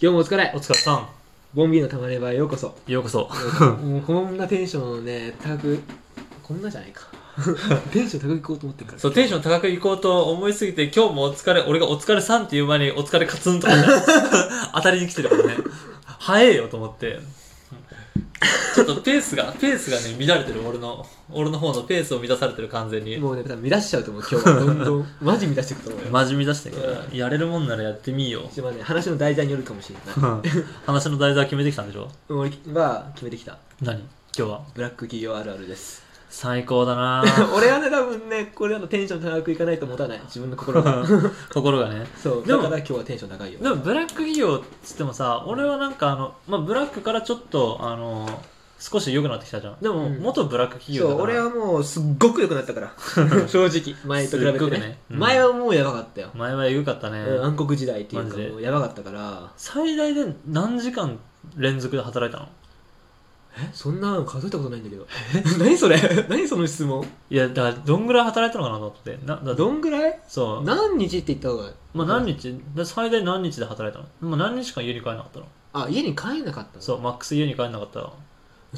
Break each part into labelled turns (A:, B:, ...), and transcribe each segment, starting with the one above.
A: 今日もお疲れ
B: お疲れさん。
A: ボンビーのたまればへようこ そ
B: ようこそ。
A: もうこんなテンションをね高くこんなじゃない かテンション高くいこうと思ってるから
B: そう、テンション高くいこうと思いすぎて、今日もお疲れ、俺がお疲れさんっていう前にお疲れカツンと かね当たりに来てるからね。早えよと思って。ちょっとペースが、ペースがね、乱れてる、俺の、俺の方のペースを乱されてる完全に。
A: もうね多分乱しちゃうと思う今日はどんどんマジ乱していくと思うよ
B: 真面目だしてから、やれるもんならやってみいよ。
A: 一番ね話の題材によるかもしれ ない
B: 話の題材決めてきたんでしょ
A: 俺は決めてきた
B: 何今日は。
A: ブラック企業あるあるです
B: 最高だな
A: 俺はね多分ねこれだとテンション高くいかないと持たない自分の心 が
B: 心がね。
A: そう
B: で
A: だ
B: も
A: から今日はテンション高いよ
B: でもブラック企業っつってもさ俺はなんかあの、まあ、ブラックからちょっとあの少し良くなってきたじゃんでも、
A: うん
B: 元ブラック企業
A: そ
B: だ
A: う
B: から
A: 俺はもうすっごく良くなったから 正直前と比べ
B: す
A: て
B: っご
A: ね
B: くねうん
A: 前はもうやばかったよ、
B: 前はエグかったね、
A: うん暗黒時代っていう
B: マ
A: か
B: ジで
A: もうやばかったから
B: 最大で何時間連続で働いたの
A: そんなの数えたことないんだけど何それ 何その質問
B: いやだからどんぐらい働いたのかなと思ってなだ
A: どんぐらい
B: そう
A: 何日って言った方が
B: まあ、何日で最大何日で働いたの、まあ、何日間家に帰んなかったの
A: あ家に帰んなかったの
B: そうマックス家に帰んなかったら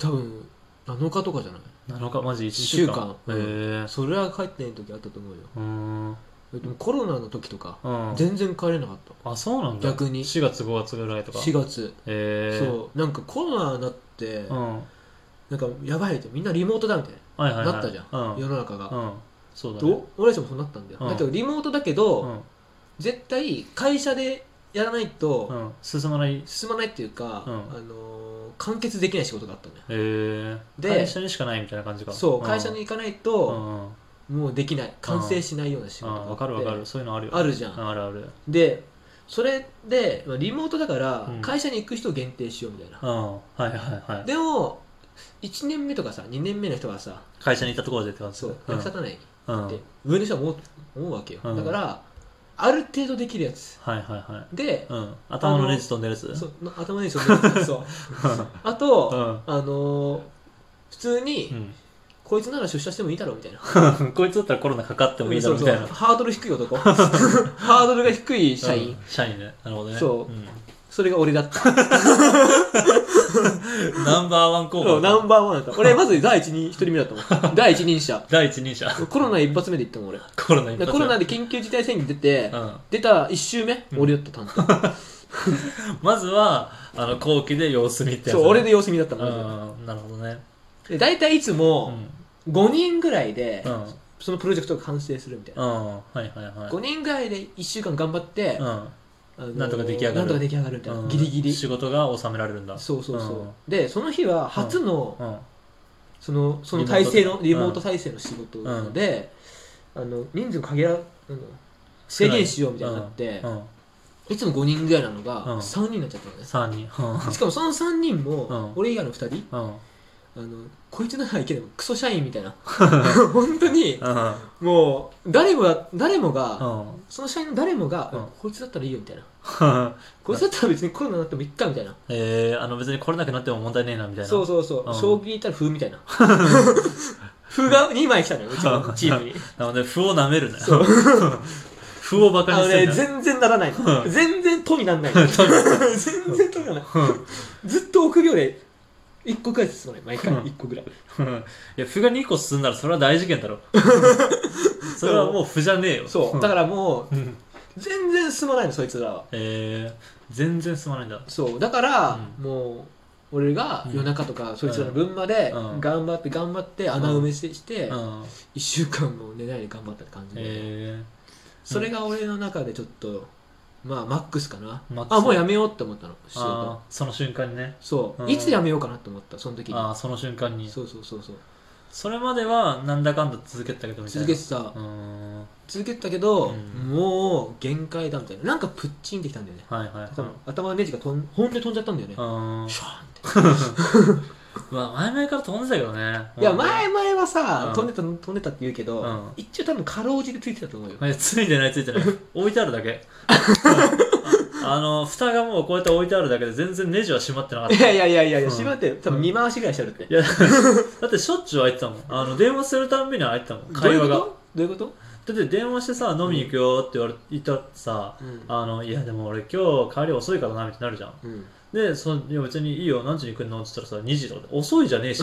A: 多分7日とかじゃない
B: 7日マジ1週
A: 一
B: 間
A: 週間
B: へえ
A: それは帰ってない時あったと思うよ
B: うーんうん
A: でもコロナの時とか
B: あ
A: 全然帰れなかった
B: そうなんだ
A: 逆に
B: 4月5月ぐらいとか
A: 4月、
B: へえ
A: そうなんかコロナになって、
B: うん
A: なんかやばいってみんなリモートだみたい
B: はいはい、はい、
A: なったじゃん
B: うん、
A: 世の中が、
B: うん、そうだね
A: と俺たちもそうなったんだよ、
B: うん
A: だけどリモートだけど、
B: うん
A: 絶対会社でやらないと、
B: うん、進まないへ
A: 進まないっていうか、
B: うん
A: あのー完結できない仕事があったのよ
B: え
A: で
B: 会社にしかないみたいな感じか
A: そう会社
B: うん
A: に行かないうと、
B: んうん
A: もうできない完成しないような仕事があって
B: わかるわかるそういうのあるよ
A: あるじゃん
B: あるある
A: でそれでまあリモートだから
B: うん
A: 会社に行く人を限定しようみたいな
B: う、んはいはいはい
A: でも1年目とかさ2年目の人はさ
B: 会社に行ったところでって感じ
A: そう
B: うん
A: 役立たないっ
B: うんはい
A: て、上の人は思う思うわけよ、
B: うん
A: だからある程度できるやつ
B: はいはい
A: で、
B: うん頭のレジ飛んでるやつ
A: その頭にそんなそうあと、
B: うん
A: あのー普通に、
B: うん
A: こいつなら出社してもいいだろうみたいな
B: うんこいつだったらコロナかかってもいい
A: そ
B: だろ
A: う
B: うみ
A: そう
B: たいな
A: ハードル低い男 ハードルが低い社員、
B: うん社員ねなるほどね
A: そうんそれが俺だった
B: ナンバーワン候
A: そう
B: 補
A: ナンバーワンだった俺まず第一人一人目だったもん第一人者
B: 第一人者
A: コロナ一発目で行ったもん俺だか
B: コロナ一
A: ら
B: 発
A: コロナで緊急事態宣言出て、
B: うん
A: 出た一周目、
B: うん
A: 俺だった担当
B: まずはあの後期で様子見ってやつ
A: そう俺で様子見だったもん
B: うんなるほどね
A: で大体いつ
B: う
A: も
B: ん
A: 5人ぐらいで、
B: うん
A: そのプロジェクトが完成するみたいな、
B: うんはいはいはい
A: 5人ぐらいで1週間頑張って、
B: う
A: あ
B: ん
A: のー
B: なんとか出来上がる
A: なんとか出来上がるみたいな、
B: うん
A: ギリギリ
B: 仕事が収められるんだ
A: そうそうそう、
B: うん
A: でその日は初の、
B: うん
A: そのその体制のリ
B: リ
A: モ
B: モ
A: ー
B: ー
A: ト
B: ト
A: 体制の仕事なので、あの人数限らあの制限しようみたいになって、
B: うんうん
A: いつも5人ぐらいなのが
B: うん
A: 3人になっちゃったのね、
B: 三人
A: しかもその3人
B: う
A: も
B: ん
A: 俺以外の2人
B: うん うん
A: あのこいつならいけどクソ社員みたいな 本当に
B: うん
A: もう誰もが誰も
B: う
A: が
B: ん
A: その社員の誰もが、
B: うん
A: こいつだったらいいよみたいなこいつだったら別にコロナになってもいっかみたいな
B: えーあの別に来れなくなっても問題ねえなみたいな
A: そうそうそう、
B: うん
A: 将棋いたら風み たいな風が2枚来たのようちのチームに
B: なので歩を舐めるなよ 歩をバ
A: あ
B: カ
A: の
B: にして
A: ね、
B: んな
A: 全然ならない。
B: うん
A: 全然とにならない。全然とにならない。ずっと臆病で、一個くらい進まない。毎回
B: うん
A: 一個ぐらい。
B: うんいや歩が2個進んだらそれは大事 件だろそれはもう歩じゃねえよ
A: そう。だからも
B: らうん
A: う、全然進まないの、そいつらは。
B: えー全然進まないんだ
A: そう。だから、
B: う
A: もう、俺が
B: うん
A: 夜中とか、そいつらの分まで、
B: うん
A: 頑張って頑張って、穴埋めしてして、
B: うん
A: 一週間も寝ないで頑張ったって感じで。
B: えー
A: それが俺の中でちょっと、まあ、マックスかな
B: マッ。クス
A: あ、もうやめようって思ったの、仕事
B: あ。ーその瞬間にね
A: そう。
B: うん
A: いつやめようかなって思った、その時に。
B: ああその瞬間にそ
A: そうそうそうそう。
B: れまではなんだかんだ続けてたけどみたい
A: 続
B: な
A: けてた。
B: うーんはい
A: 続けてたけど、
B: うん
A: もう限界だみたいななんかプッチンってきたんだよね
B: はいはい
A: 多分頭のネジが飛んほんで飛んじゃったんだよね
B: うーん
A: シャーンって
B: まあ前々から飛んでたけどね
A: いや前々は
B: う
A: さ
B: ん
A: 飛んでた飛んでたって言うけど、
B: うん
A: 一応多分かろうじてついてたと思うよ、
B: いやついてないつ いてない置いてあるだけあの蓋がもうこうやって置いてあるだけで全然ネジは閉まってなかっ
A: い、
B: た
A: やいやいやいやいや
B: うん
A: しまって多分見回しぐらいしてあるって、
B: いやだってしょっちゅう開いてたもんあの電話するたんびに開いてたもん
A: どうい
B: 会
A: うこ
B: 話
A: と
B: が
A: どういうこと
B: だって電話してさ飲みに行くよって言われ言ったってさ、
A: うん
B: あのいやでも俺今日帰り遅いからなみたいになるじゃん
A: うん
B: でそのいや別にいいよ何時に来るのって言ったらさ2時とかで遅いじゃね えし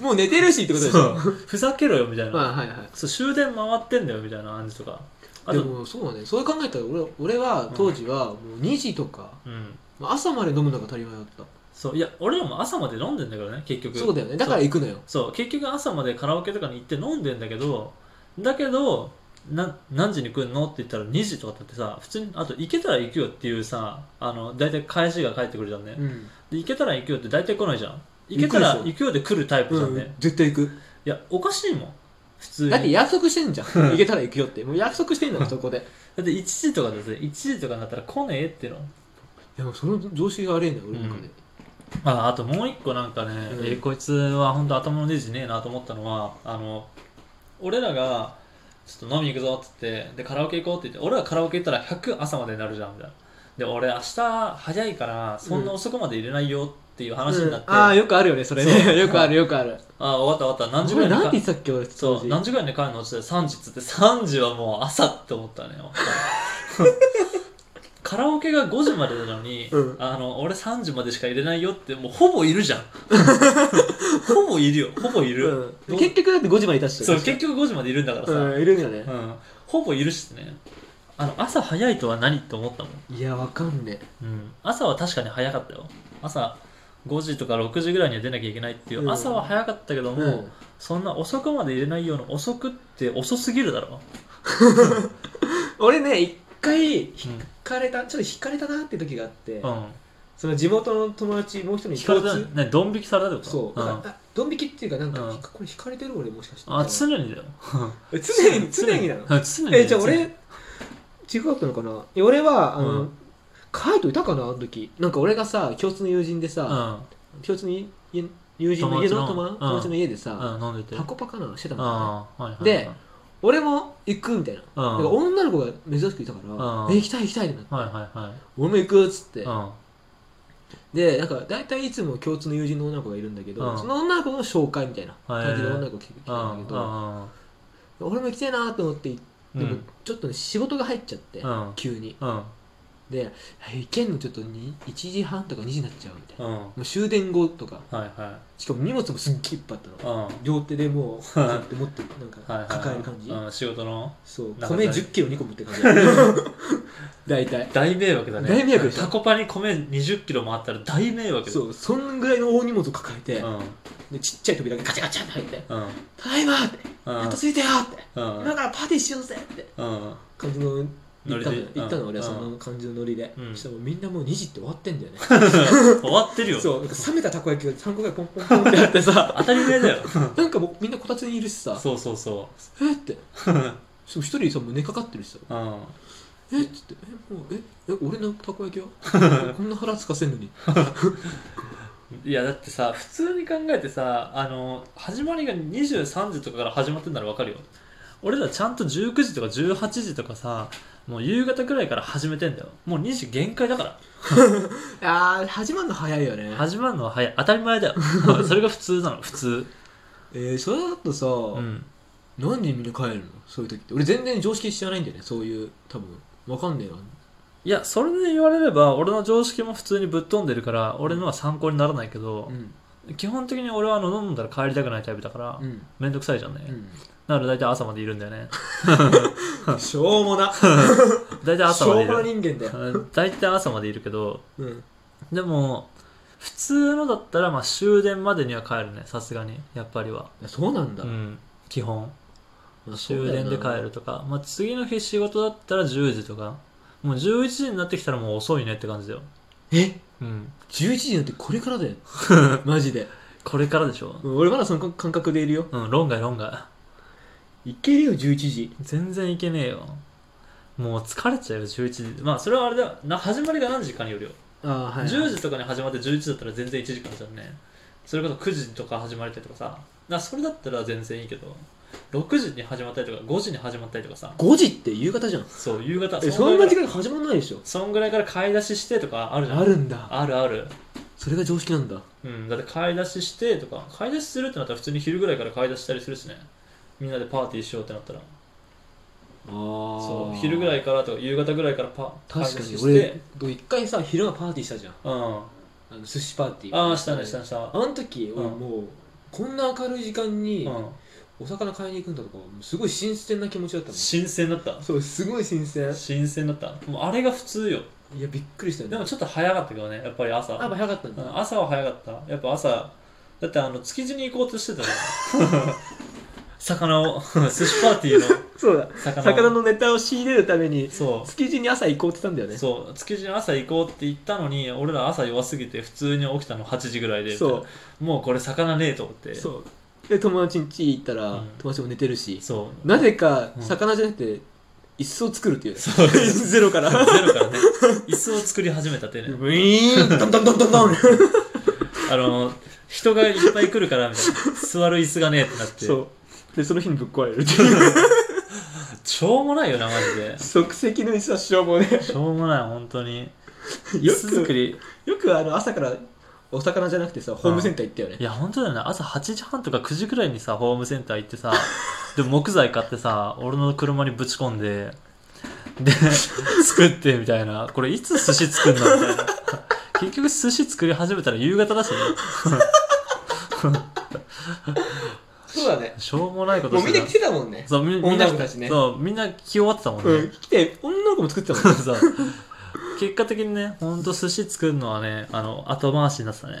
A: もう寝てるしってことでし
B: そ
A: ょ
B: うふざけろよみたいな、
A: まあはいはい
B: そう終電回ってんだよみたいな感じとかあ
A: で
B: と
A: もそうだねそう考えたら俺俺は当時はもう2時とか、
B: うん
A: まあ朝まで飲むのが当たり前だった
B: そういや俺らも朝まで飲んでんだけどね結局
A: そうだよねだから行くのよ
B: そう結局朝までカラオケとかに行って飲んでんだけどだけどな何時に来るのって言ったら2時とかだってさ普通にあと行けたら行くよっていうさあの大体返しが返ってくるじゃんね、
A: うん、
B: で行けたら行くよって大体来ないじゃん行けたら行くよで来るタイプじゃんね、
A: うん絶対行く
B: いやおかしいもん普通に
A: だって約束してんじゃん行けたら行くよってもう約束してんだもんそこでい
B: だって1時とかだぜ1時とかになったら来ねえっての
A: やもうその常識が悪いんだよ俺の中で、
B: ああともう一個なんかね、
A: うん
B: えーこいつは本当頭のネジねえなと思ったのはあの俺らがちょっと飲み行くぞっつってでカラオケ行こうって言って俺らカラオケ行ったら100朝までになるじゃんみたいなで俺明日早いからそんな遅くまで入れないよっていう話になって、
A: ああよくあるよねそれ
B: そ
A: ね
B: う
A: よくあるよくある
B: あ終わった終わった何時ぐら
A: 俺
B: いに
A: なんて
B: 帰
A: 言ってたっけ俺
B: そ
A: 当
B: う
A: 時
B: 何時ぐらいに帰るのって言って3時っつって3時はもう朝って思ったね カラオケが5時までなのに、
A: うん
B: あの俺3時までしか入れないよってもうほぼいるじゃん ほぼいるよほぼいる、
A: う
B: ど
A: ん、
B: う
A: 結局だって5時までいたっしょ
B: そう結局5時までいるんだからさ、うん
A: うんいるんよね、
B: ほぼいるしねあの朝早いとは何って思ったもん、
A: いやわかんね
B: うん、朝は確かに早かったよ朝5時とか6時ぐらいには出なきゃいけないっていう、
A: うん
B: 朝は早かったけども、
A: うん
B: そんな遅くまで入れないような遅くって遅すぎるだろ
A: 俺ね一回引
B: うん
A: かれたちょっと引かれたなって時があって、
B: うん
A: その地元の友達もう一人に
B: 引かれた
A: 共通
B: ねドン引きされたってこと
A: そう、
B: ん
A: だからあドン引きっていうかなんか、
B: うん
A: これ引かれてる俺もしかして
B: あ常にだよ
A: え常に常になの
B: うん常に
A: えじゃあ俺違うったのかないや俺はあの、
B: うん
A: カイトいたかなあの時なんか俺がさ共通の友人で
B: う
A: さ、
B: ん
A: 共通の友人友人の家の友
B: 友達の
A: 友達の家でさ、
B: うん飲んでて
A: タコパかなしてた
B: うん
A: のかな
B: はいはいはい
A: で俺も行くみたいな,、
B: うん
A: なんか女の子が珍しくいたから、
B: うん
A: え行きたい行きたいってなって
B: はいはいはい
A: 俺も行くっつって、
B: うん
A: でなんか大体いつも共通の友人の女の子がいるんだけど、
B: うん
A: その女の子の紹介みたいな感じで女の子が来て来
B: う
A: たんだ
B: ん
A: けど、俺も行きたいなと思って行って
B: うん
A: でもちょっとね仕事が入っちゃって、
B: うん
A: 急に
B: うん
A: でえ行けんのちょっとに1時半とか2時になっちゃうみたいな、
B: うんうん
A: もう終電後とか
B: はいは
A: しかも荷物もすっげえいっぱいあった
B: い
A: の
B: うん
A: 両手でもうこうやって持ってなん
B: はいはい
A: か抱える感じ、
B: うん仕事の
A: そう
B: なんか
A: 米1
B: 大
A: 0キロ2個持ってる感じ 大体
B: 大迷惑だね
A: 大迷惑でしょ
B: タコパに米2 0キロもあったら大迷惑だ
A: そううそんぐらいの大荷物を抱えて、
B: うん
A: でちっちゃい扉がガチャガチャって入って
B: うん
A: 「ただいま!」って「
B: うん
A: やっと着いたよ!」って「
B: うん
A: 今からパーティーしようぜ!」って
B: うん
A: 感じの行
B: ノ
A: っ
B: リ
A: た
B: で
A: のよ行ったの俺は
B: う
A: そ
B: ん
A: の感じのノリで、
B: うん
A: そしたらもうみんなもう2時って終わってんだよね
B: 終わってるよ
A: そうなんか冷めたたこ焼きが3個ぐらいポンポンポンってあってさ
B: 当たり 前だよ
A: なんかもうみんなこたつにいるしさ
B: そうそうそ
A: えっ って
B: う
A: そう一人さもう寝かかってるしさ
B: うん
A: えっつってえもうええ俺のたこ焼きは こんな腹つかせんのに
B: いやだってさ普通に考えてさあの始まりが23時とかから始まってんならわかるよ俺らちゃんと19時とか18時とかさもう夕方くらいから始めてんだよもう2時限界だから
A: あー始まるの早いよね
B: 始まるのは早い当たり 前だよそれが普通なの普通
A: えー、それだとさ、
B: うん
A: 何人みんな帰るのそういう時って俺全然常識知らないんだよねそういう多分わかんねえない
B: やそれで言われれば俺の常識も普通にぶっ飛んでるから俺のは参考にならないけど
A: う、ん
B: 基本的に俺はあの飲んだら帰りたくないタイプだから、
A: うん
B: めんどくさいじゃんね、
A: う
B: なので大体朝までいるんだよね
A: ん しょうもな
B: 大体
A: し
B: 朝ま
A: ょ
B: で
A: う
B: い
A: もな
B: る
A: 人間だ よ、
B: うん大体朝までいるけど
A: うん、
B: でも普通のだったらまあ終電までには帰るねさすがにやっぱりは、
A: そうなんだ、
B: うん、基本
A: まあそう
B: 終
A: だよな
B: 電で帰るとか、まあ、次の日仕事だったら10時とかもう11時になってきたらもう遅いねって感じだよ、
A: え
B: うん、
A: 11時なんてこれから だよマジで
B: これからでしょ
A: うん俺まだその感覚でいるよ
B: うん論外論外
A: いけるよ11時
B: 全然いけねえよもう疲れちゃうよ11時まあそれはあれだよな始まりが何時かによるよ
A: ああはい、
B: 10時とかに始まって11時だったら全然1時間じゃんねそれこそ9時とか始まりたりとかさなそれだったら全然いいけど6時に始まったりとか5時に始まったりとかさ
A: 5時って夕方じゃん
B: そう夕方
A: えそんな時
B: 間
A: 間始まんないでしょ
B: そんぐらいから買い出ししてとかあるじゃん
A: あるんだ
B: あるある
A: それが常識なんだ
B: うんだって買い出ししてとか買い出しするってなったら普通に昼ぐらいから買い出したりするしねみんなでパーティーしようってなったら
C: あ
B: そう昼ぐら
C: い
B: いからとか夕方ぐらいからパ
A: 確か
B: 開始
A: に
B: して
A: 俺一回さ昼間パーティーしたじゃん
B: うんあ
A: あの寿司パーティー
B: あしたねしたした
A: あの時俺
B: うん
A: もうこんな明るい時間
B: う
A: に
B: ん
A: お魚買いに行くんだとかもうすごい新鮮な気持ちだったもん
B: 新鮮だった
A: そうすごい新鮮
B: 新鮮だったもうあれが普通よ
A: いやびっくりしたよ
B: で
A: ね
B: もちょっと早かったけどねやっぱり朝
A: あやっぱ早かったん
B: う
A: だ
B: ん朝は早かったやっぱ朝だってあの築地に行こうとしてたの 魚を 寿司パーティーの
A: そうだ
B: 魚を
A: のネタを仕入れるために
B: そ
A: 築地に朝行こうって言ったんだよ
B: うそう築地に朝行こうって言ったのに俺ら朝弱すぎて普通に起きたの8時ぐらいでもうこれ魚ねえと思ってう
A: うで友達ん家行ったら
B: うん
A: 達も寝てるし
B: そ
A: なぜか
B: うん
A: 魚じゃなくて椅子を作るっていうね
B: そ う
A: ゼロから
B: うゼロからね椅子を作り始めたってね
A: ブイーンドンドンドンドンドン
B: あの人がいっぱい来るからみたいな座る椅子がねえってなって
A: そうでその日にぶっ壊れるっていう
B: しょうもないよなマジで
A: 即席の椅子はしょうもね
B: しょうもない本当に椅
A: よ
B: 子作
A: く
B: り
A: よくあの朝からお魚じゃなくてさホームセンター行ったよね
B: いや本当だよね朝8時半とか9時くらいにさホームセンター行ってさで木材買ってさ俺の車にぶち込んでで 作ってみたいなこれいつ寿司作るのみたいな結局寿司作り始めたら夕方だしね
A: そうだね
B: しょうもないこと
A: もう
B: し
A: 見
B: て
A: て
B: た
A: きてたもんね
B: そうみみんな
A: 女の子たちね
B: そうみんな気終わってたもんね、
A: うん来て女の子も作ってたもん ね
B: そう結果的にねほんと寿司作るのはねあの後回しになってたね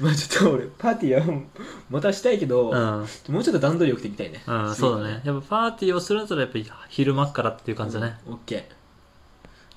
A: まあちょっと俺パーティーはまたしたいけど、
B: うん
A: もうちょっと段取りよくていきたいね
B: うん、そうだね。やっぱパーティーをするんだったらやっぱり昼間からっていう感じだね。
A: オッケー